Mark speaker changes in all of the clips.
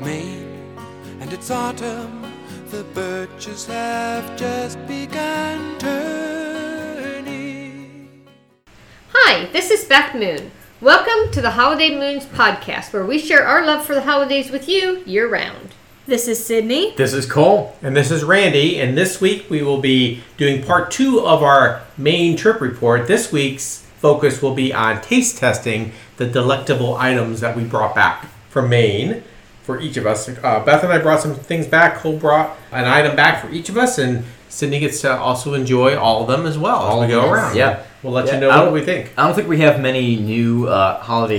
Speaker 1: made, and it's autumn. The birches have just begun turning.
Speaker 2: Hi, this is Beth Moon. Welcome to the Holiday Moons podcast, where we share our love for the holidays with you year round.
Speaker 3: This is Sydney.
Speaker 4: This is Cole.
Speaker 5: And this is Randy, and this week we will be doing part two of our main trip report. This week's focus will be on taste testing the delectable items that we brought back from Maine for each of us. Uh, Beth and I brought some things back. Cole brought an item back for each of us, and Sydney gets to also enjoy all of them as well all as we go around.
Speaker 4: yeah.
Speaker 5: We'll let
Speaker 4: Yeah, Oh.
Speaker 5: you know
Speaker 4: I
Speaker 5: what
Speaker 4: don't-
Speaker 5: we think.
Speaker 4: I don't think we have many new uh, holiday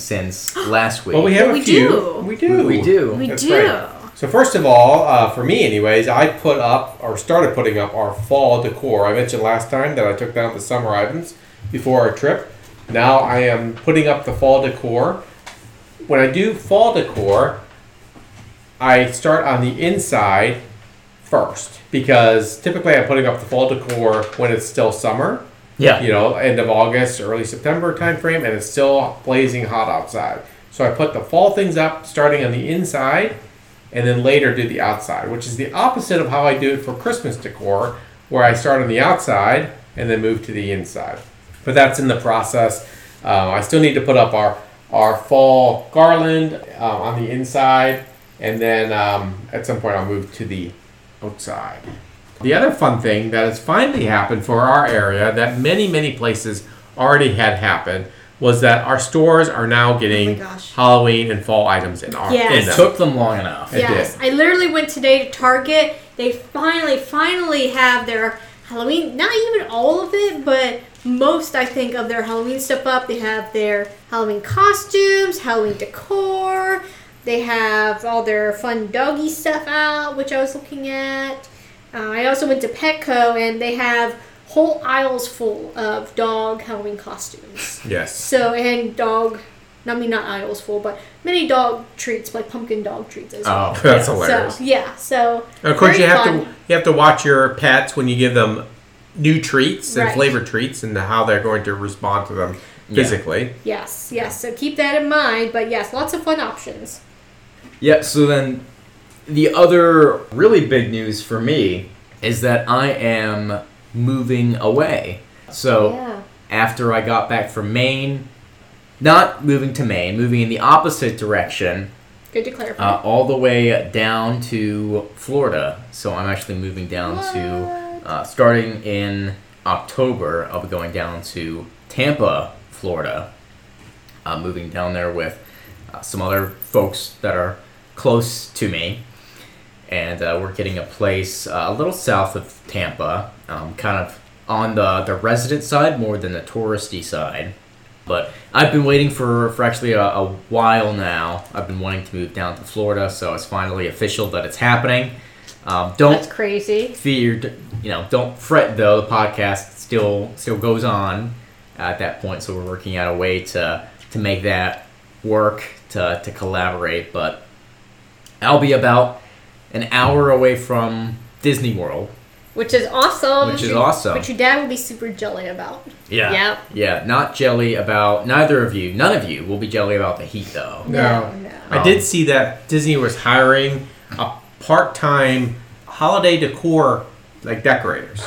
Speaker 4: since last week.
Speaker 5: Well, we have
Speaker 3: But
Speaker 5: a
Speaker 3: we
Speaker 5: few.
Speaker 3: do.
Speaker 5: We do.
Speaker 4: We do.
Speaker 3: We
Speaker 5: That's
Speaker 3: do.
Speaker 5: right. So first of all, uh, for me, anyways, I put up or started putting up our fall decor. I mentioned last time that I took down the summer items before our trip. Now I am putting up the fall decor. When I do fall decor, I start on the inside first because typically I'm putting up the fall decor when it's still summer
Speaker 4: yeah.
Speaker 5: you know, end of August, early September timeframe, and it's still blazing hot outside. So I put the fall things up starting on the inside and then later do the outside, which is the opposite of how I do it for Christmas decor, where I start on the outside and then move to the inside. But that's in the process. Uh, I still need to put up our, our fall garland uh, on the inside, and then um, at some point I'll move to the outside. The other fun thing that has finally happened for our area that many, many places already had happened was that our stores are now getting
Speaker 3: Oh gosh.
Speaker 5: Halloween and fall items in our
Speaker 3: Yes.
Speaker 5: in them.
Speaker 4: Took them long enough.
Speaker 5: Yeah. I
Speaker 3: Yes, I literally went today to Target. They finally, finally have their Halloween. Not even all of it, but most, I think, of their Halloween stuff up. They have their Halloween costumes, Halloween decor. They have all their fun doggy stuff out, which I was looking at. Uh, I also went to Petco, and they have whole aisles full of dog Halloween costumes.
Speaker 5: yes.
Speaker 3: So and dog, I mean not aisles full, but many dog treats like pumpkin dog treats as well.
Speaker 4: Oh.
Speaker 5: That's
Speaker 3: So,
Speaker 5: hilarious.
Speaker 3: yeah, so
Speaker 5: And of course,
Speaker 3: very
Speaker 5: you have to
Speaker 3: fun.
Speaker 5: you have to watch your pets when you give them new treats and
Speaker 3: Right.
Speaker 5: flavor treats and how they're going to respond to them physically.
Speaker 3: Yes, yes. So keep that in mind. But yes, lots of fun options.
Speaker 4: Yeah, so then the other really big news for me is that I am moving away. So
Speaker 3: Yeah.
Speaker 4: after I got back from Maine, not moving to Maine, moving in the opposite direction,
Speaker 3: Good to clarify.
Speaker 4: uh, all the way down to Florida. So I'm actually moving down to, uh, starting in October, I'll be going down to Tampa, Florida. Uh, moving down there with uh, some other folks that are close to me. And uh, we're getting a place uh, a little south of Tampa, um, kind of on the, the resident side more than the touristy side. But I've been waiting for, for actually a, a while now. I've been wanting to move down to Florida, so it's finally official that it's happening. Um, don't
Speaker 2: That's crazy.
Speaker 4: feared you know don't fret though the podcast still still goes on at that point so we're working out a way to to make that work to to collaborate but i'll be about an hour away from disney world
Speaker 2: Which is awesome.
Speaker 4: Which is awesome.
Speaker 3: Which your dad will be super jelly about.
Speaker 4: yeah
Speaker 2: Yep.
Speaker 4: yeah not jelly about neither of you none of you will be jelly about the heat though
Speaker 5: No.
Speaker 3: No, no.
Speaker 4: Um,
Speaker 5: I did see that Disney was hiring a part-time holiday decor like decorators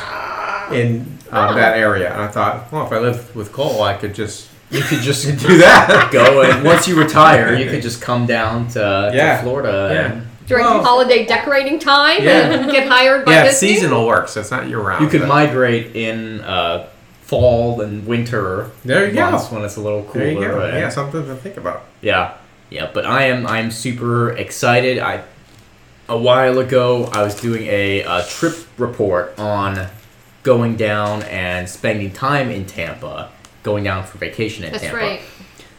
Speaker 5: in um,
Speaker 3: Oh.
Speaker 5: that area, and I thought, well, if I lived with Cole, I could just
Speaker 4: you could just
Speaker 5: do that.
Speaker 4: go and once you retire you could just come down to,
Speaker 5: Yeah.
Speaker 4: to florida
Speaker 5: Yeah.
Speaker 4: and
Speaker 2: During
Speaker 5: Well-
Speaker 2: holiday decorating time
Speaker 5: Yeah.
Speaker 2: and get hired by
Speaker 5: yeah, it's
Speaker 2: Disney.
Speaker 5: seasonal work, so it's not year-round.
Speaker 4: You could
Speaker 5: but-
Speaker 4: migrate in uh, fall and winter.
Speaker 5: There you go.
Speaker 4: months When it's a little cooler.
Speaker 5: There you go.
Speaker 4: and-
Speaker 5: Yeah, something to think about.
Speaker 4: yeah, yeah. But I am I'm super excited. I a while ago I was doing a, uh trip report on going down and spending time in Tampa, going down for vacation in
Speaker 2: That's
Speaker 4: Tampa.
Speaker 2: right.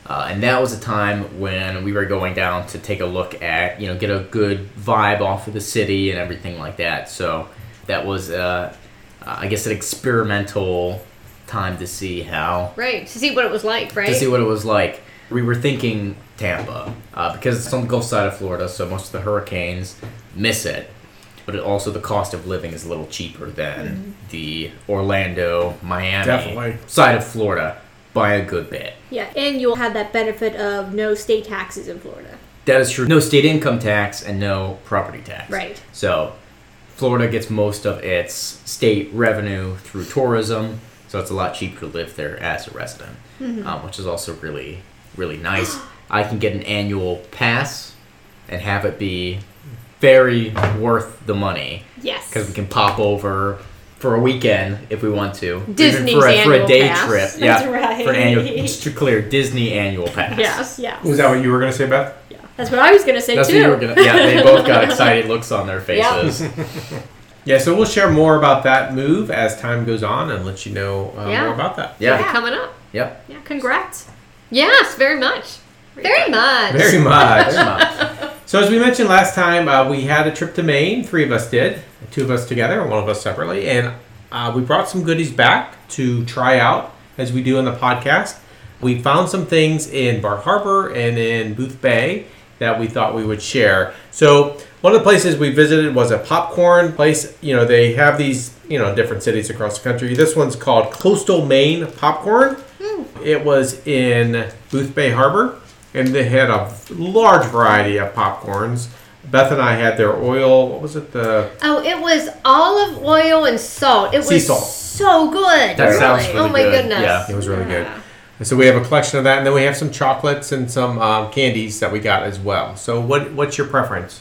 Speaker 4: Uh, and that was a time when we were going down to take a look at, you know, get a good vibe off of the city and everything like that. So that was, uh, uh, I guess, an experimental time to see how,
Speaker 2: Right. To see what it was like, right?
Speaker 4: to see what it was like. We were thinking Tampa uh, because it's on the Gulf side of Florida, so most of the hurricanes miss it. But it also, the cost of living is a little cheaper than the Orlando, Miami
Speaker 5: Definitely.
Speaker 4: side of Florida by a good bit.
Speaker 3: Yeah, and you'll have that benefit of no state taxes in Florida.
Speaker 4: That is true. No state income tax and no property tax.
Speaker 3: Right.
Speaker 4: So Florida gets most of its state revenue through tourism, so it's a lot cheaper to live there as a resident,
Speaker 2: Mm-hmm.
Speaker 4: um, which is also really, really nice. I can get an annual pass and have it be very worth the money
Speaker 3: Yes.
Speaker 4: because we can pop over for a weekend if we want to. Even
Speaker 2: Disney's
Speaker 4: for a, for a
Speaker 2: annual
Speaker 4: day
Speaker 2: pass.
Speaker 4: trip.
Speaker 2: That's
Speaker 4: yeah,
Speaker 3: right.
Speaker 4: For an annual, just to clear, Disney annual pass.
Speaker 2: Yes.
Speaker 3: Yeah.
Speaker 5: Was that what you were going to say, Beth?
Speaker 3: That's what I was gonna say
Speaker 4: That's
Speaker 3: too.
Speaker 4: what you were gonna. Yeah, they both got excited looks on their faces.
Speaker 5: Yeah, so we'll share more about that move as time goes on and let you know uh,
Speaker 2: Yeah.
Speaker 5: more about that.
Speaker 4: Yeah.
Speaker 2: Coming up.
Speaker 4: Yep.
Speaker 3: yeah. Congrats.
Speaker 2: Yes, very much. Very much.
Speaker 5: Very much.
Speaker 4: Very much.
Speaker 5: so, as we mentioned last time, uh, we had a trip to Maine. Three of us did, two of us together and one of us separately. And uh, we brought some goodies back to try out as we do on the podcast. We found some things in Bar Harbor and in Booth Bay that we thought we would share. So, one of the places we visited was a popcorn place. You know, they have these, you know, different cities across the country. This one's called Coastal Maine Popcorn. It was in Booth Bay Harbor, and they had a large variety of popcorns. Beth and I had their oil. What was it? The
Speaker 2: Oh, it was olive oil and salt. It
Speaker 5: Sea
Speaker 2: was
Speaker 5: salt.
Speaker 2: so good.
Speaker 4: That sounds
Speaker 2: Oh
Speaker 4: really
Speaker 2: my
Speaker 4: good.
Speaker 2: goodness.
Speaker 4: Yeah.
Speaker 5: it was really good. And so we have a collection of that, and then we have some chocolates and some um, candies that we got as well. So what what's your preference?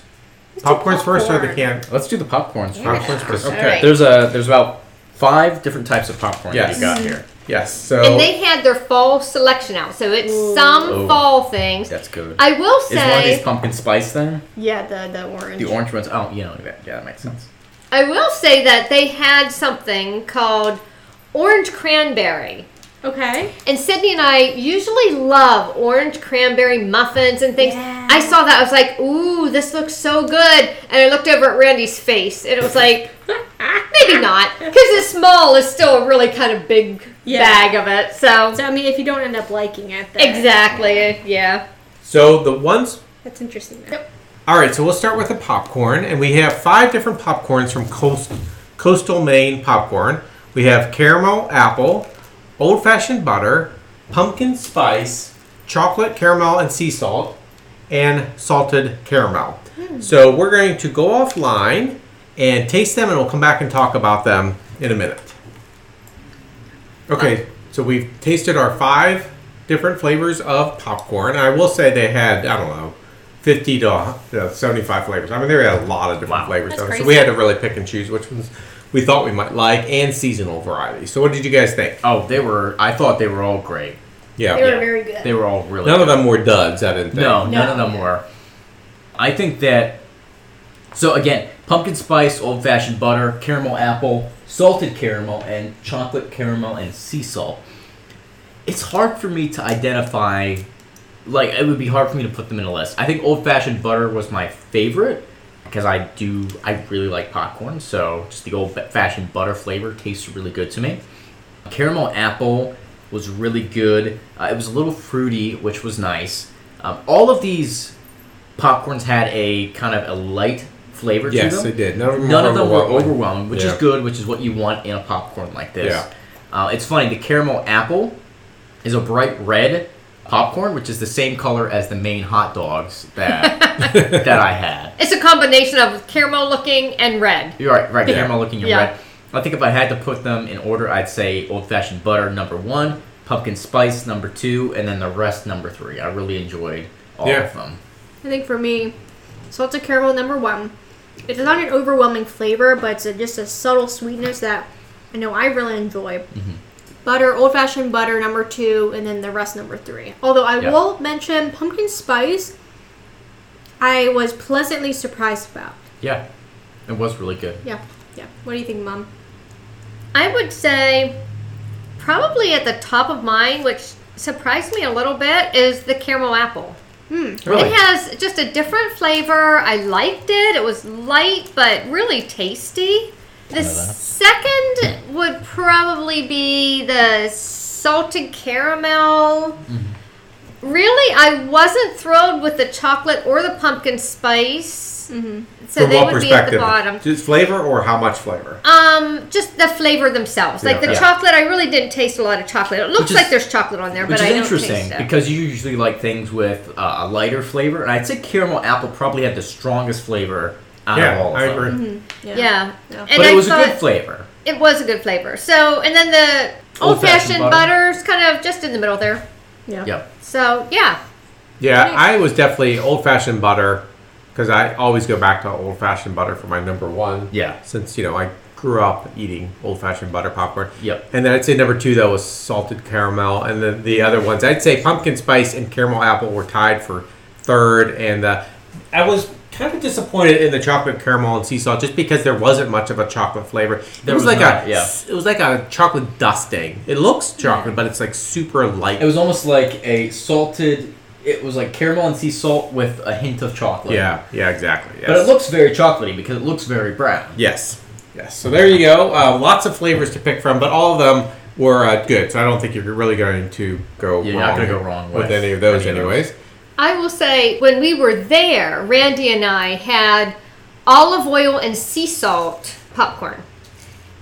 Speaker 5: Popcorns first or the
Speaker 3: popcorn.
Speaker 5: can?
Speaker 4: Let's do the popcorns
Speaker 5: Popcorns first.
Speaker 2: All
Speaker 5: Okay.
Speaker 2: right.
Speaker 4: There's a there's about five different types of popcorn
Speaker 5: Yes.
Speaker 4: that you got here.
Speaker 5: Yes. So
Speaker 2: And they had their fall selection out, so it's some
Speaker 4: Ooh.
Speaker 2: fall things.
Speaker 4: That's good.
Speaker 2: I will
Speaker 4: Is one of these
Speaker 2: say,
Speaker 4: pumpkin spice thing?
Speaker 3: Yeah, the the orange.
Speaker 4: The orange ones? Oh, you know, yeah, yeah, that makes sense.
Speaker 2: I will say that they had something called orange cranberry.
Speaker 3: Okay.
Speaker 2: And Sydney and I usually love orange cranberry muffins and things.
Speaker 3: Yeah.
Speaker 2: I saw that. I was like, ooh, this looks so good. And I looked over at Randy's face and it was like, maybe not. Because the small is still a really kind of big
Speaker 3: Yeah.
Speaker 2: bag of it. So,
Speaker 3: So I mean, if you don't end up liking it, then
Speaker 2: exactly. Yeah.
Speaker 5: so the ones.
Speaker 3: That's interesting.
Speaker 5: All right. So we'll start with the popcorn, and we have five different popcorns from Coast, Coastal Maine Popcorn. We have caramel apple, old fashioned butter, pumpkin spice, chocolate caramel and sea salt, and salted caramel. So we're going to go offline and taste them, and we'll come back and talk about them in a minute. Okay, so we've tasted our five different flavors of popcorn. I will say they had, I don't know, 50 to uh, 75 flavors. I mean, they had a lot of different
Speaker 4: Wow.
Speaker 5: flavors.
Speaker 3: That's
Speaker 5: of it.
Speaker 3: crazy.
Speaker 5: So we had to really pick and choose which ones we thought we might like and seasonal varieties. So what did you guys think?
Speaker 4: Oh, they were. I thought they were all great.
Speaker 5: Yeah.
Speaker 3: They were
Speaker 4: Yeah.
Speaker 3: very good.
Speaker 4: They were all really.
Speaker 5: None of
Speaker 4: good.
Speaker 5: them were duds, I didn't think.
Speaker 4: No,
Speaker 3: No.
Speaker 4: none of them were. I think that. So again, pumpkin spice, old fashioned butter, caramel apple, salted caramel, and chocolate caramel and sea salt. It's hard for me to identify. Like it would be hard for me to put them in a list. I think old fashioned butter was my favorite because I do I really like popcorn, so just the old fashioned butter flavor tastes really good to me. Caramel apple was really good. Uh, it was a little fruity, which was nice. Um, all of these popcorns had a kind of a light flavor to
Speaker 5: Yes,
Speaker 4: them.
Speaker 5: they did. None of them
Speaker 4: None
Speaker 5: were
Speaker 4: of them were
Speaker 5: overwhelming.
Speaker 4: overwhelming, which
Speaker 5: Yeah.
Speaker 4: is good, which is what you want in a popcorn like this.
Speaker 5: Yeah.
Speaker 4: Uh, it's funny, the caramel apple is a bright red popcorn, which is the same color as the main hot dogs that that I had.
Speaker 2: It's a combination of caramel looking and red.
Speaker 4: You're right, right.
Speaker 5: Yeah.
Speaker 4: Caramel looking in
Speaker 2: Yeah.
Speaker 4: red. I think if I had to put them in order, I'd say old fashioned butter number one, pumpkin spice number two, and then the rest number three. I really enjoyed all
Speaker 5: Yeah.
Speaker 4: of them.
Speaker 3: I think for me, salted caramel number one. It's not an overwhelming flavor, but it's a, just a subtle sweetness that I know I really enjoy.
Speaker 4: Mm-hmm.
Speaker 3: Butter, old fashioned butter number two, and then the rest number three. Although I
Speaker 4: Yeah.
Speaker 3: will mention pumpkin spice, I was pleasantly surprised about.
Speaker 4: Yeah, it was really good.
Speaker 3: Yeah, yeah. What do you think, Mom?
Speaker 2: I would say probably at the top of mine, which surprised me a little bit, is the caramel apple.
Speaker 4: Really?
Speaker 2: It has just a different flavor. I liked it. It was light but really tasty. The second would probably be the salted caramel.
Speaker 4: Mm-hmm.
Speaker 2: Really, I wasn't thrilled with the chocolate or the pumpkin spice. So
Speaker 5: From
Speaker 2: they
Speaker 5: what
Speaker 2: would be at the
Speaker 5: perspective?
Speaker 2: bottom.
Speaker 5: Just flavor or how much flavor?
Speaker 2: Um, just the flavor themselves. Like
Speaker 5: Yeah.
Speaker 2: the
Speaker 5: Yeah.
Speaker 2: chocolate, I really didn't taste a lot of chocolate. It looks
Speaker 4: is-
Speaker 2: like there's chocolate on there,
Speaker 4: Which
Speaker 2: but
Speaker 4: is
Speaker 2: I don't
Speaker 4: interesting
Speaker 2: taste it.
Speaker 4: because you usually like things with uh, a lighter flavor, and I'd say caramel apple probably had the strongest flavor out
Speaker 5: yeah,
Speaker 4: of all of
Speaker 5: I
Speaker 4: them.
Speaker 2: Mm-hmm.
Speaker 5: agree.
Speaker 2: yeah.
Speaker 3: Yeah.
Speaker 2: And
Speaker 4: But
Speaker 2: I
Speaker 4: it was
Speaker 2: thought
Speaker 4: a good flavor.
Speaker 2: it was a good flavor. So, and then the old
Speaker 4: Old-fashioned
Speaker 2: fashioned
Speaker 4: butter.
Speaker 2: butter's kind of just in the middle there.
Speaker 3: Yeah.
Speaker 4: Yep.
Speaker 2: So, yeah.
Speaker 5: Yeah, I was definitely old fashioned butter because I always go back to old fashioned butter for my number one.
Speaker 4: Yeah.
Speaker 5: Since, you know, I grew up eating old fashioned butter popcorn.
Speaker 4: Yep.
Speaker 5: And then I'd say number two, though, was salted caramel. And then the other ones, I'd say pumpkin spice and caramel apple were tied for third. And uh, I was kind of disappointed in the chocolate caramel and sea salt just because there wasn't much of a chocolate flavor. It
Speaker 4: There
Speaker 5: was,
Speaker 4: was
Speaker 5: like
Speaker 4: not,
Speaker 5: a
Speaker 4: yeah.
Speaker 5: it was like a chocolate dusting. It looks chocolate, but it's like super light.
Speaker 4: It was almost like a salted. It was like caramel and sea salt with a hint of chocolate.
Speaker 5: yeah, yeah, exactly. Yes.
Speaker 4: But it looks very chocolatey because it looks very brown.
Speaker 5: Yes. Yes. So there you go. Uh, lots of flavors to pick from, but all of them were uh, good. So I don't think you're really going to go
Speaker 4: You're
Speaker 5: wrong
Speaker 4: not gonna go wrong
Speaker 5: with,
Speaker 4: with
Speaker 5: any of those,
Speaker 4: any of
Speaker 5: anyways.
Speaker 2: I will say when we were there, Randy and I had olive oil and sea salt popcorn.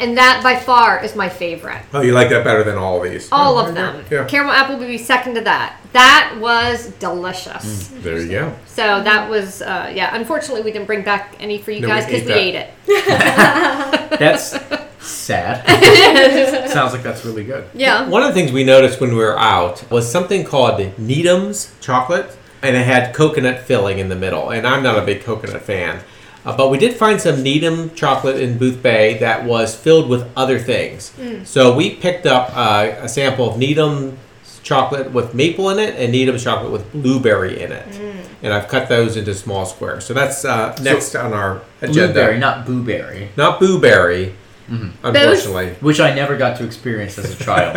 Speaker 2: And that by far is my favorite.
Speaker 5: Oh, you like that better than all of these.
Speaker 2: All of them.
Speaker 5: Oh, Yeah.
Speaker 2: Caramel apple would be second to that. That was delicious.
Speaker 5: There you go.
Speaker 2: So that was, uh, yeah. Unfortunately, we didn't bring back any for you
Speaker 5: No, we
Speaker 2: guys because
Speaker 5: ate
Speaker 2: we
Speaker 5: that.
Speaker 2: ate it.
Speaker 4: That's sad. Sounds like that's really good.
Speaker 2: Yeah.
Speaker 5: One of the things we noticed when we were out was something called Needham's chocolate, and it had coconut filling in the middle. And I'm not a big coconut fan, uh, but we did find some Needham chocolate in Booth Bay that was filled with other things. So we picked up uh, a sample of Needham's chocolate with maple in it and Needham's chocolate with blueberry in it. And I've cut those into small squares. So that's uh, next on our agenda.
Speaker 4: Blueberry, not Mm-hmm. blueberry,
Speaker 5: Not blueberry, unfortunately.
Speaker 4: which I never got to experience as a child.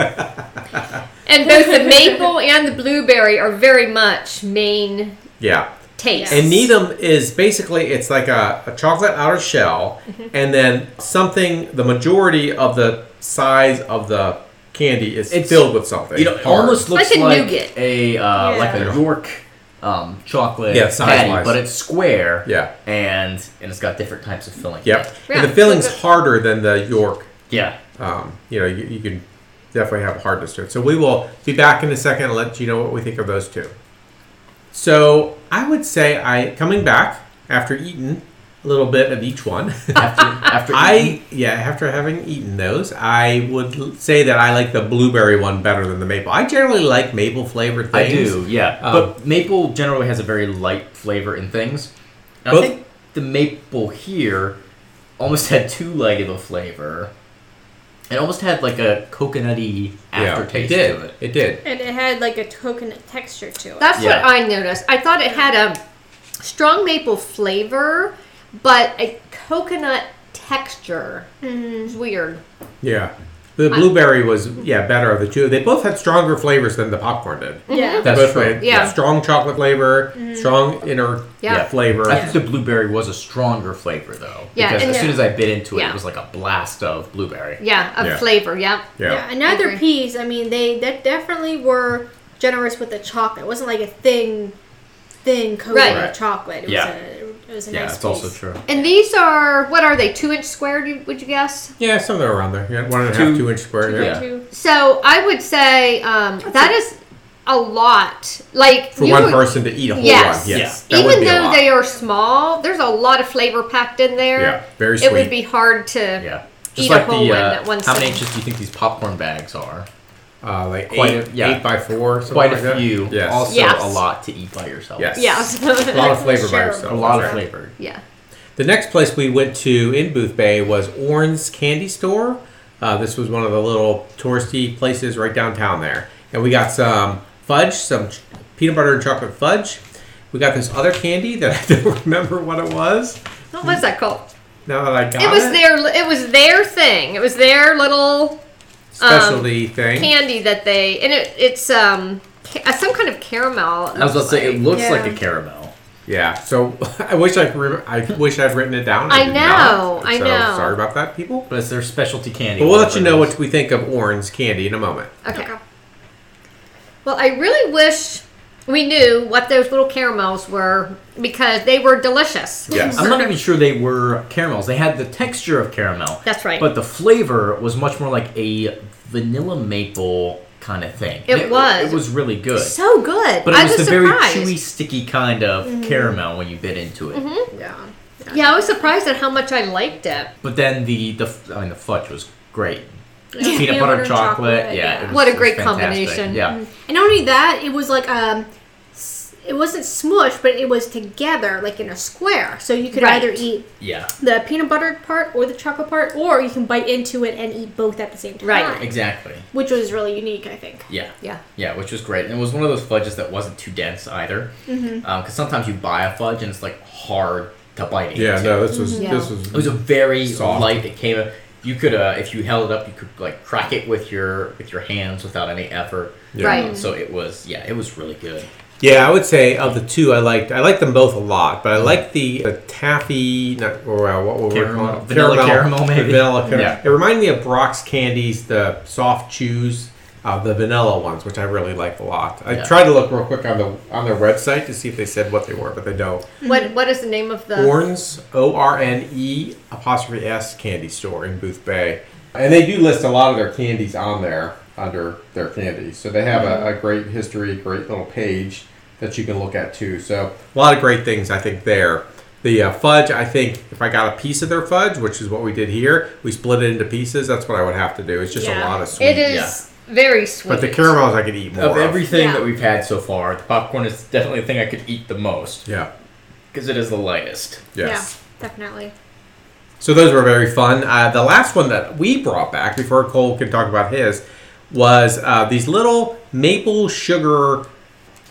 Speaker 2: And both the maple and the blueberry are very much main
Speaker 5: Yeah.
Speaker 2: taste.
Speaker 5: And Needham is basically it's like a, a chocolate outer shell,
Speaker 2: Mm-hmm.
Speaker 5: and then something the majority of the size of the candy is
Speaker 4: It's-
Speaker 5: filled with something.
Speaker 4: You know, it
Speaker 5: hard.
Speaker 4: almost
Speaker 2: Like
Speaker 4: looks
Speaker 2: a
Speaker 4: like,
Speaker 2: nougat.
Speaker 4: a uh,
Speaker 3: Yeah.
Speaker 4: like a York um, chocolate
Speaker 5: Yeah, size-wise.
Speaker 4: patty, but it's square.
Speaker 5: Yeah.
Speaker 4: and and it's got different types of filling.
Speaker 5: Yep.
Speaker 2: Yeah,
Speaker 5: And the filling's
Speaker 2: so the-
Speaker 5: harder than the York.
Speaker 4: yeah.
Speaker 5: Um, you know, you, you can definitely have hardness to it. So we will be back in a second and let you know what we think of those two. So I would say I coming back after eating a little bit of each one.
Speaker 4: After, after eating.
Speaker 5: I yeah, after having eaten those, I would l- say that I like the blueberry one better than the maple. I generally like maple flavored
Speaker 4: I
Speaker 5: things.
Speaker 4: do, yeah.
Speaker 5: Um,
Speaker 4: but maple generally has a very light flavor in things. And
Speaker 5: But-
Speaker 4: I think the maple here almost had too light of a flavor. It almost had like a coconutty aftertaste
Speaker 5: yeah, it did.
Speaker 4: to it.
Speaker 5: It did.
Speaker 3: And it had like a coconut texture to it.
Speaker 2: That's
Speaker 4: Yeah.
Speaker 2: what I noticed. I thought it had a strong maple flavor, but a coconut texture.
Speaker 3: Mm-hmm.
Speaker 2: It's weird.
Speaker 5: Yeah. The blueberry was yeah better of the two. They both had stronger flavors than the popcorn did.
Speaker 3: yeah.
Speaker 5: They
Speaker 4: That's
Speaker 5: both
Speaker 4: true.
Speaker 5: had
Speaker 2: Yeah. Mm-hmm.
Speaker 5: Strong chocolate flavor, strong inner
Speaker 2: Yeah.
Speaker 5: flavor.
Speaker 4: I think the blueberry was a stronger flavor though.
Speaker 2: Yeah,
Speaker 4: Because
Speaker 2: and-
Speaker 4: as soon as I bit into it,
Speaker 2: Yeah.
Speaker 4: it was like a blast of blueberry.
Speaker 2: Yeah, of
Speaker 5: Yeah.
Speaker 2: flavor. Yeah.
Speaker 5: Yeah.
Speaker 3: Yeah, another
Speaker 2: Agree.
Speaker 3: piece. I mean, they that definitely were generous with the chocolate. It wasn't like a thin, thin coating
Speaker 2: Right.
Speaker 3: of chocolate. It
Speaker 4: Yeah.
Speaker 3: was a, it was a
Speaker 4: Yeah,
Speaker 3: nice
Speaker 4: it's also
Speaker 3: piece.
Speaker 4: true.
Speaker 2: And these are what are they? Two inch squared? you- Would you guess?
Speaker 5: Yeah, somewhere around there. Yeah, one and a half, two
Speaker 4: Two-
Speaker 5: inch square.
Speaker 4: two-
Speaker 5: yeah.
Speaker 4: yeah.
Speaker 3: Too.
Speaker 2: So I would say um, that is a lot. Like
Speaker 5: For
Speaker 2: you
Speaker 5: one
Speaker 2: would-
Speaker 5: person to eat a whole
Speaker 2: Yes.
Speaker 5: one. Yes. That would
Speaker 2: Even
Speaker 5: be a
Speaker 2: though
Speaker 5: lot.
Speaker 2: they are small, there's a lot of flavor packed in there.
Speaker 5: Yeah, very
Speaker 2: It would
Speaker 5: sweet.
Speaker 2: be hard to.
Speaker 4: Yeah. Just
Speaker 2: Eat a
Speaker 4: like
Speaker 2: whole
Speaker 4: the
Speaker 2: one
Speaker 4: uh,
Speaker 2: at one
Speaker 4: how many
Speaker 2: sitting.
Speaker 4: inches do you think these popcorn bags are?
Speaker 5: uh, like
Speaker 4: Quite
Speaker 5: eight,
Speaker 4: a- yeah.
Speaker 5: eight by four, something
Speaker 4: Quite
Speaker 5: like
Speaker 4: a
Speaker 5: that.
Speaker 4: few.
Speaker 5: Yes.
Speaker 4: Also
Speaker 2: Yes.
Speaker 4: a lot to eat by yourself.
Speaker 5: Yes. a
Speaker 2: Yeah.
Speaker 5: lot of flavor by
Speaker 3: Sure.
Speaker 5: yourself.
Speaker 4: A lot of
Speaker 5: Right.
Speaker 4: flavor.
Speaker 2: yeah.
Speaker 5: The next place we went to in Booth Bay was Orne's Candy Store. Uh, this was one of the little touristy places right downtown there. And we got some fudge, some ch- peanut butter and chocolate fudge. We got this other candy that I don't remember what it was.
Speaker 2: What was that called?
Speaker 5: Now that I got it,
Speaker 2: It was their. It was their thing. It was their little um,
Speaker 5: specialty thing.
Speaker 2: candy that they. And it, it's um ca- uh, some kind of caramel.
Speaker 4: I was about to say it looks like a
Speaker 3: Yeah.
Speaker 4: caramel.
Speaker 5: yeah. So I wish I could remember, I wish I'd written it down.
Speaker 2: I
Speaker 5: did
Speaker 2: know,
Speaker 5: not.
Speaker 2: I
Speaker 5: So
Speaker 2: know.
Speaker 5: Sorry about that, people.
Speaker 4: But it's their specialty candy.
Speaker 5: But we'll let you know what we think of Orne's candy in a moment.
Speaker 2: Okay. Well, I really wish We knew what those little caramels were because they were delicious.
Speaker 5: Yes.
Speaker 4: I'm not even sure they were caramels. They had the texture of caramel.
Speaker 2: That's right.
Speaker 4: But the flavor was much more like a vanilla maple kind of thing.
Speaker 2: It was.
Speaker 4: It was really good.
Speaker 2: So good.
Speaker 4: but it
Speaker 2: I
Speaker 4: was,
Speaker 2: was
Speaker 4: the
Speaker 2: surprised. Mm-hmm.
Speaker 4: very chewy, sticky kind of caramel when you bit into it.
Speaker 3: Yeah.
Speaker 2: Yeah, I was surprised at how much I liked it.
Speaker 4: But then the the f- I mean the fudge was great. Peanut,
Speaker 3: peanut
Speaker 4: butter,
Speaker 3: butter,
Speaker 4: chocolate.
Speaker 3: chocolate,
Speaker 4: Yeah.
Speaker 3: yeah.
Speaker 4: it was-
Speaker 2: What a
Speaker 4: it was
Speaker 2: great
Speaker 4: fantastic.
Speaker 2: combination. Mm-hmm.
Speaker 4: Yeah.
Speaker 3: And not only that, it was like um, s- it wasn't smushed, but it was together, like in a square. So you could
Speaker 2: Right.
Speaker 3: either eat
Speaker 4: Yeah.
Speaker 3: the peanut butter part or the chocolate part, or you can bite into it and eat both at the same time.
Speaker 2: Right.
Speaker 4: Exactly.
Speaker 3: Which was really unique, I think.
Speaker 4: Yeah.
Speaker 2: Yeah.
Speaker 4: Yeah, which was great. And it was one of those fudges that wasn't too dense either. Because
Speaker 2: Mm-hmm.
Speaker 4: sometimes you buy a fudge and it's like hard to bite into.
Speaker 5: Yeah, no, this was
Speaker 2: Yeah.
Speaker 5: this
Speaker 4: It was
Speaker 5: was
Speaker 4: a very
Speaker 5: Soft.
Speaker 4: light. It came. You could, uh, if you held it up, you could like crack it with your with your hands without any effort.
Speaker 5: Yeah.
Speaker 2: Right.
Speaker 4: Um, so it was, yeah, it was really good.
Speaker 5: Yeah, I would say of the two, I liked I liked them both a lot, but I
Speaker 4: Mm-hmm.
Speaker 5: liked the, the taffy, not, or uh, what were we
Speaker 4: Caramel.
Speaker 5: calling it?
Speaker 4: Vanilla caramel, maybe?
Speaker 5: Vanilla caramel.
Speaker 4: Yeah.
Speaker 5: It reminded me of Brock's candies, the soft chews, uh, the vanilla ones, which I really liked a lot. I
Speaker 4: Yeah.
Speaker 5: tried to look real quick on the on their website to see if they said what they were, but they don't.
Speaker 2: What What is the name of the?
Speaker 5: Orns O R N E apostrophe S candy store in Booth Bay, and they do list a lot of their candies on there under their candies. So they have a, a great history, great little page that you can look at too. So a lot of great things I think there. The uh, fudge, I think, if I got a piece of their fudge, which is what we did here, we split it into pieces. That's what I would have to do. It's just a
Speaker 3: Yeah.
Speaker 5: lot of sweet.
Speaker 2: It is very sweet.
Speaker 5: but the caramels I could eat more
Speaker 4: Of everything
Speaker 3: Yeah.
Speaker 4: that we've had so far, the popcorn is definitely the thing I could eat the most
Speaker 5: Yeah.
Speaker 4: because it is the lightest.
Speaker 5: Yes.
Speaker 3: Yeah, definitely.
Speaker 5: So those were very fun. Uh, the last one that we brought back before Cole can talk about his was uh, these little maple sugar.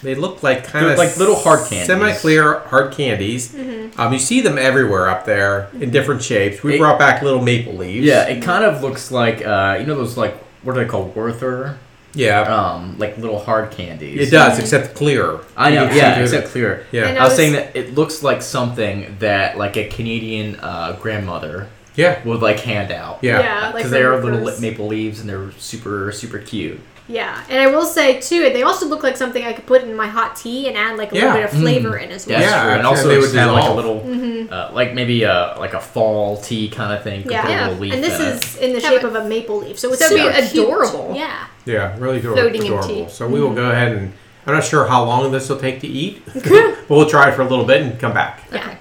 Speaker 5: They looked like kind
Speaker 4: They're
Speaker 5: of
Speaker 4: like little hard candies.
Speaker 5: semi-clear hard candies.
Speaker 2: Mm-hmm.
Speaker 5: Um, you see them everywhere up there in different shapes. We
Speaker 4: It-
Speaker 5: brought back little maple leaves.
Speaker 4: Yeah, it kind of looks like uh, you know those like what are they called, Werther,
Speaker 5: yeah,
Speaker 4: um, like little hard candies.
Speaker 5: it
Speaker 2: Mm-hmm.
Speaker 5: does, except clear.
Speaker 4: I
Speaker 5: You
Speaker 4: know,
Speaker 5: can see
Speaker 4: yeah,
Speaker 5: through
Speaker 4: except
Speaker 5: them.
Speaker 4: clear.
Speaker 5: Yeah.
Speaker 4: I
Speaker 5: And
Speaker 4: was,
Speaker 3: I was-
Speaker 4: saying that it looks like something that like a Canadian uh, grandmother
Speaker 5: yeah,
Speaker 4: would like hand out.
Speaker 5: Yeah.
Speaker 3: like
Speaker 4: because
Speaker 3: from
Speaker 4: they're
Speaker 3: the
Speaker 4: little
Speaker 3: first-
Speaker 4: lit maple leaves and they're super super cute.
Speaker 3: Yeah, and I will say too, they also look like something I could put in my hot tea and add like a
Speaker 5: Yeah.
Speaker 3: little bit of flavor
Speaker 4: Mm.
Speaker 3: in as well.
Speaker 4: That's
Speaker 5: Yeah,
Speaker 4: true. and
Speaker 5: and
Speaker 4: also
Speaker 5: they
Speaker 4: they
Speaker 5: would
Speaker 4: would have like a
Speaker 5: dissolve.
Speaker 4: little, uh, like maybe a like a fall tea kind of thing. could
Speaker 3: Mm-hmm. Yeah.
Speaker 4: put a
Speaker 2: Yeah,
Speaker 4: little leaf
Speaker 3: and this
Speaker 4: in it.
Speaker 3: is in the
Speaker 2: Yeah,
Speaker 3: shape
Speaker 2: but-
Speaker 3: of a maple leaf, so it's
Speaker 2: That'd be
Speaker 3: super cute.
Speaker 2: adorable.
Speaker 3: Yeah,
Speaker 5: yeah, really ador-
Speaker 2: Floating in
Speaker 5: adorable.
Speaker 2: tea. Mm-hmm.
Speaker 5: So we will go ahead and I'm not sure how long this will take to eat, but we'll try it for a little bit and come back.
Speaker 3: yeah.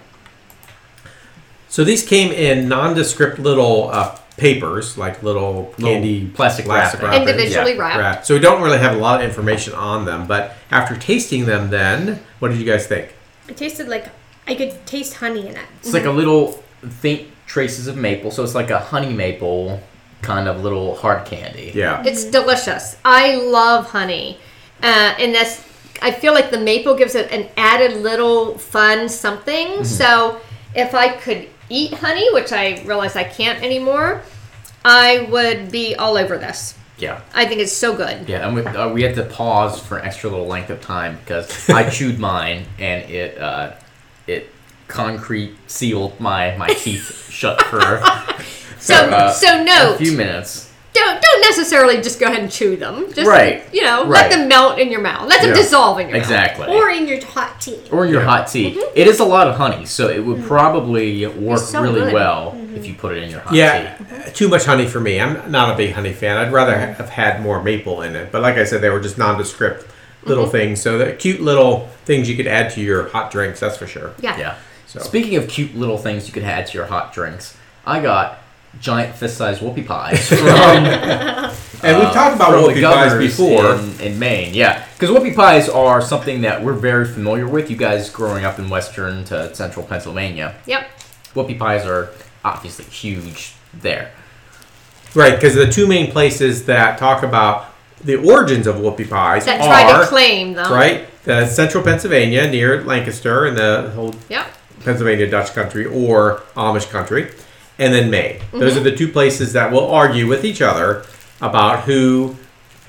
Speaker 5: So these came in nondescript little uh, papers, like little
Speaker 4: Little
Speaker 5: candy
Speaker 4: plastic wrapping.
Speaker 5: wrapping.
Speaker 2: Individually
Speaker 4: Yeah,
Speaker 2: wrapped.
Speaker 5: Wrap. So we don't really have a lot of information on them. But after tasting them, then what did you guys think?
Speaker 3: It tasted like I could taste honey in it.
Speaker 4: It's like a little faint traces of maple, so it's like a honey maple kind of little hard candy.
Speaker 5: Yeah,
Speaker 2: It's delicious. I love honey, uh, and that's. I feel like the maple gives it an added little fun something.
Speaker 4: Mm-hmm.
Speaker 2: So if I could eat honey, which I realize I can't anymore, I would be all over this.
Speaker 4: yeah.
Speaker 2: I think it's so good.
Speaker 4: Yeah, and we, uh, we had to pause for an extra little length of time because I chewed mine and it uh, it concrete sealed my, my teeth shut for
Speaker 2: So
Speaker 4: uh,
Speaker 2: so
Speaker 4: a
Speaker 2: note,
Speaker 4: few minutes.
Speaker 2: don't don't necessarily just go ahead and chew them. Just
Speaker 4: Right.
Speaker 2: you know,
Speaker 4: Right.
Speaker 2: let them melt in your mouth. Let them
Speaker 5: Yeah.
Speaker 2: dissolve in your
Speaker 4: Exactly.
Speaker 3: Or in your hot tea.
Speaker 4: or in your
Speaker 5: Yeah.
Speaker 4: hot tea. It is a lot of honey, so it would probably work
Speaker 2: Mm-hmm. Mm. so
Speaker 4: really
Speaker 2: good. Mm-hmm.
Speaker 4: well if you put it in your hot
Speaker 5: yeah.
Speaker 4: tea.
Speaker 5: Too much honey for me. I'm not a big honey fan. I'd rather ha- have had more maple in it. But like I said, they were just nondescript little
Speaker 2: Mm-hmm.
Speaker 5: things. So they're cute little things you could add to your hot drinks. That's for sure.
Speaker 2: mouth. Yeah.
Speaker 4: Yeah.
Speaker 5: So-
Speaker 4: Speaking of cute little things you could add to your hot drinks, I got giant fist-sized whoopie pies from
Speaker 5: And we've talked about
Speaker 4: from the
Speaker 5: whoopie pies
Speaker 4: Gunners
Speaker 5: before.
Speaker 4: in, in Maine. Yeah, because whoopie pies are something that we're very familiar with. You guys growing up in western to central Pennsylvania,
Speaker 2: Yep.
Speaker 4: whoopie pies are obviously huge there.
Speaker 5: Right, because the two main places that talk about the origins of whoopie pies
Speaker 2: That
Speaker 5: are
Speaker 2: try to claim them.
Speaker 5: right? The central Pennsylvania near Lancaster and the whole
Speaker 2: Yep.
Speaker 5: Pennsylvania Dutch country or Amish country, and then Maine.
Speaker 2: Mm-hmm.
Speaker 5: Those are the two places that will argue with each other about who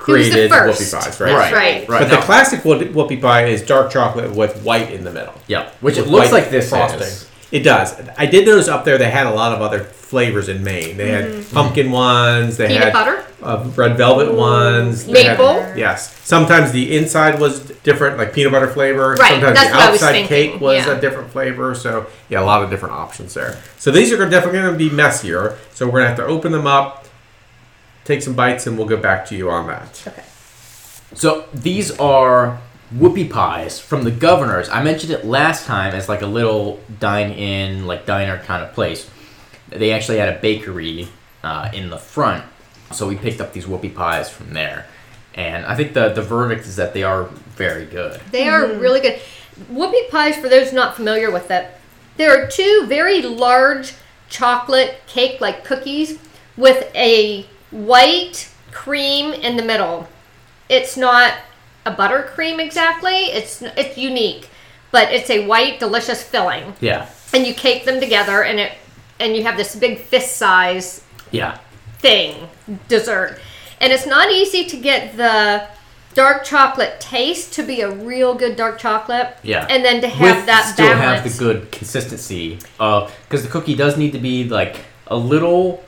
Speaker 5: created
Speaker 2: first?
Speaker 5: whoopie pies,
Speaker 2: That's
Speaker 5: right?
Speaker 2: Right. right.
Speaker 5: But
Speaker 4: now-
Speaker 5: the classic whoop- whoopie pie is dark chocolate with white in the middle.
Speaker 4: yeah, which it
Speaker 5: With
Speaker 4: looks
Speaker 5: white
Speaker 4: like this
Speaker 5: frosting.
Speaker 4: is.
Speaker 5: It does. I did notice up there they had a lot of other flavors in Maine. They had pumpkin ones. They
Speaker 2: Mm-hmm. Peanut
Speaker 5: had
Speaker 2: butter?
Speaker 5: Uh, red velvet ones. they had-
Speaker 2: Maple?
Speaker 5: yes. Sometimes the inside was different, like peanut butter flavor.
Speaker 2: Right,
Speaker 5: Sometimes
Speaker 2: that's
Speaker 5: the
Speaker 2: what I was
Speaker 5: outside
Speaker 2: thinking,
Speaker 5: cake was
Speaker 2: yeah.
Speaker 5: a different flavor. So yeah, a lot of different options there. So these are definitely going to be messier. So we're going to have to open them up, take some bites, and we'll get back to you on that.
Speaker 3: Okay.
Speaker 4: So these are whoopie pies from the governor's. I mentioned it last time as like a little dine-in, like diner kind of place. They actually had a bakery uh, in the front, so we picked up these whoopie pies from there. And I think the the verdict is that they are very good.
Speaker 2: They are really good. Whoopie pies, for those not familiar with that, there are two very large chocolate cake like cookies with a white cream in the middle. It's not a buttercream exactly, it's, it's unique, but it's a white, delicious filling.
Speaker 4: Yeah,
Speaker 2: And you cake them together and it and you have this big fist size
Speaker 4: yeah,
Speaker 2: thing dessert and it's not easy to get the dark chocolate taste to be a real good dark chocolate
Speaker 4: yeah.
Speaker 2: and then to have
Speaker 4: With-
Speaker 2: that
Speaker 4: still
Speaker 2: balance
Speaker 4: have the good consistency of because the cookie does need to be like a little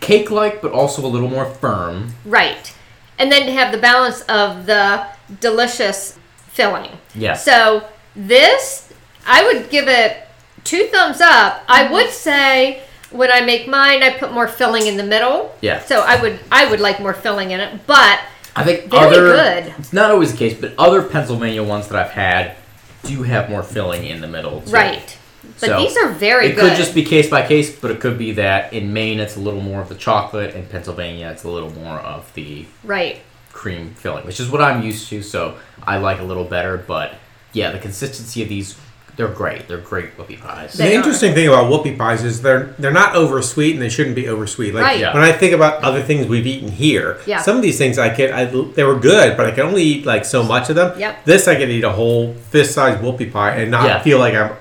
Speaker 4: cake-like, but also a little more firm.
Speaker 2: right and then to have the balance of the delicious filling
Speaker 4: Yes.
Speaker 2: so this i would give it two thumbs up i would say when i make mine i put more filling in the middle
Speaker 4: Yeah.
Speaker 2: so i would i would like more filling in it but
Speaker 4: I think
Speaker 2: Very
Speaker 4: other
Speaker 2: good.
Speaker 4: it's not always the case, but other Pennsylvania ones that I've had do have more filling in the middle. too.
Speaker 2: right but
Speaker 4: So,
Speaker 2: these are very
Speaker 4: it
Speaker 2: good
Speaker 4: could just be case by case, but it could be that in Maine it's a little more of the chocolate, in Pennsylvania it's a little more of the
Speaker 2: right
Speaker 4: cream filling, which is what I'm used to, so I like a little better. But yeah, the consistency of these, they're great. They're great whoopie pies.
Speaker 2: They
Speaker 5: the
Speaker 2: are.
Speaker 5: interesting thing about whoopie pies is they're they're not oversweet and they shouldn't be oversweet. Like
Speaker 2: Right.
Speaker 4: Yeah.
Speaker 5: when I think about other things we've eaten here,
Speaker 2: Yeah.
Speaker 5: some of these things I could I, they were good, but I could only eat like so much of them.
Speaker 2: Yep.
Speaker 5: This I could eat a whole fist sized whoopie pie and not
Speaker 4: Yeah.
Speaker 5: feel like I'm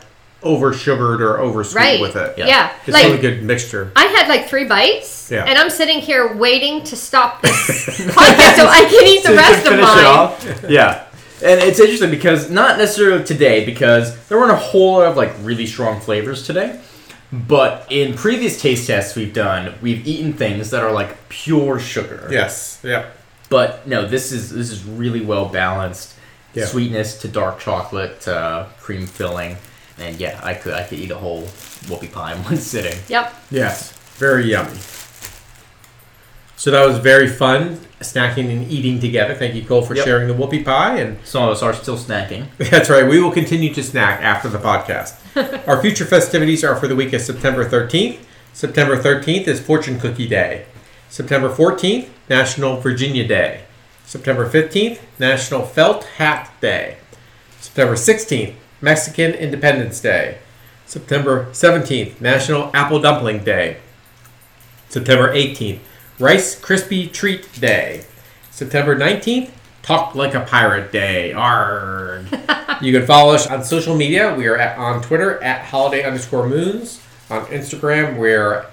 Speaker 5: over sugared or oversweet
Speaker 2: right
Speaker 5: with it.
Speaker 2: Yeah,
Speaker 5: It's
Speaker 2: like
Speaker 5: a really good mixture.
Speaker 2: I had like three bites,
Speaker 5: Yeah.
Speaker 2: and I'm sitting here waiting to stop this podcast so I can eat the rest of mine.
Speaker 4: yeah. And it's interesting because not necessarily today, because there weren't a whole lot of like really strong flavors today. But in previous taste tests we've done, we've eaten things that are like pure sugar.
Speaker 5: Yes. Yep.
Speaker 4: But no, this is this is really well balanced.
Speaker 5: Yeah.
Speaker 4: Sweetness to dark chocolate, uh, cream filling, and yeah, I could I could eat a whole whoopie pie in one sitting.
Speaker 2: Yep.
Speaker 5: Yes. Very yummy. So that was very fun snacking and eating together. Thank you, Cole, for
Speaker 4: Yep.
Speaker 5: sharing the whoopie pie and
Speaker 4: Some of us are still snacking.
Speaker 5: That's right. We will continue to snack after the podcast. Our future festivities are for the week of September 13th. September 13th is Fortune Cookie Day. September 14th, National Virginia Day. September 15th, National Felt Hat Day. September 16th, Mexican Independence Day. September 17th, National Apple Dumpling Day. September 18th, Rice Krispie Treat Day. September 19th, Talk Like a Pirate Day. Arg. you can follow us on social media. We are at, on Twitter at holiday underscore moons. On Instagram, we're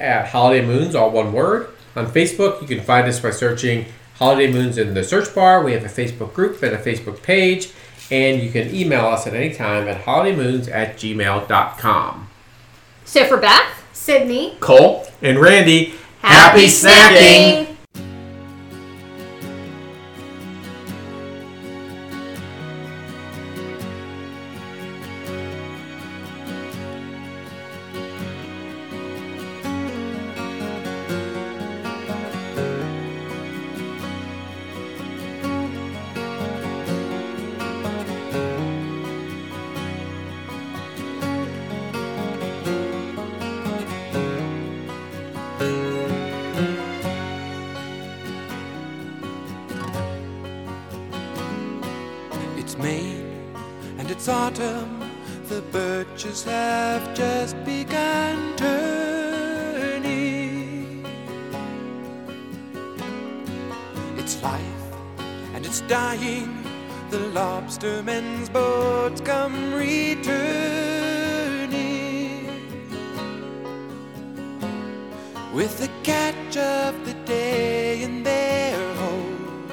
Speaker 5: at holiday moons, all one word. On Facebook, you can find us by searching holiday moons in the search bar. We have a Facebook group and a Facebook page. And you can email us at any time at holidaymoons at gmail.com.
Speaker 2: So for Beth,
Speaker 3: Sydney.
Speaker 4: Cole,
Speaker 5: And Randy,
Speaker 4: Happy snacking!
Speaker 1: It's Maine and it's autumn. The birches have just begun turning. It's life and it's dying. The lobstermen's boats come returning with the catch of the day in their hold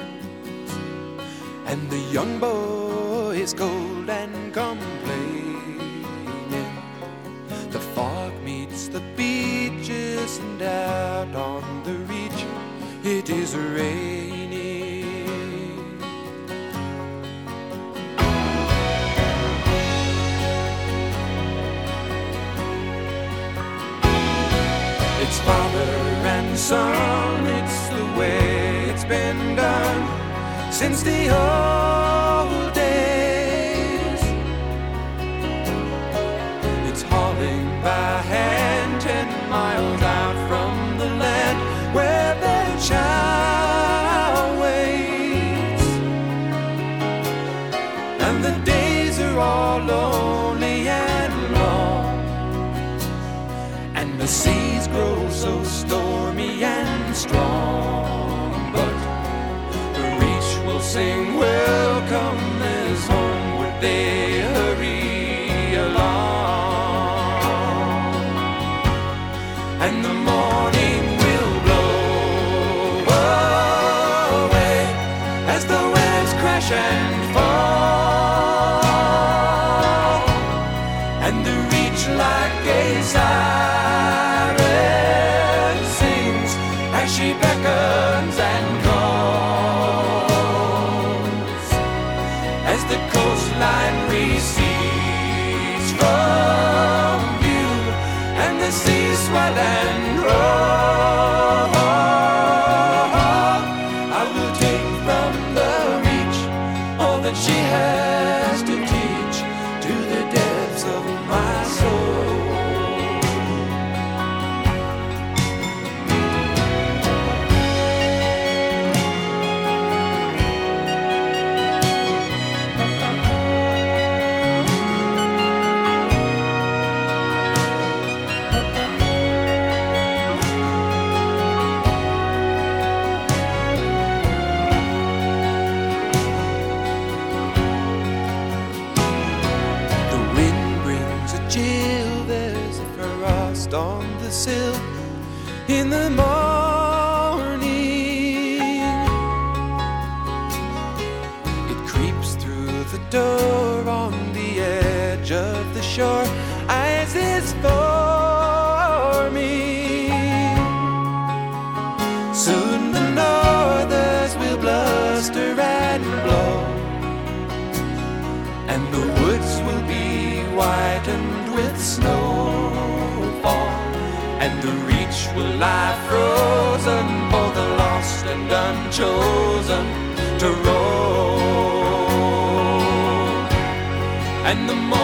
Speaker 1: and the young boy is cold and complaining. The fog meets the beach. and out on the reach it is raining. It's father and son, it's the way it's been done since the old days. It's hauling by hand ten miles out from the land where their child waits. And the days are all lonely and long. And the seas grow so stormy and strong. But the reach will sing, Welcome as homeward they hurry along. And the morning will blow away as the waves crash and fall and the reach like a siren sings as she beckons and calls as the coastline recedes from view and the sea swell and roll. I will take from the reach all that she has to teach to the depths of my soul. The wind brings a chill, there's a frost on the sill in the morning. It creeps through the door on the edge of the shore as it's forming. Soon the northers will bluster and blow and the woods will be whitened with snowfall, and the reach will lie frozen for the lost and unchosen to roll, and the morning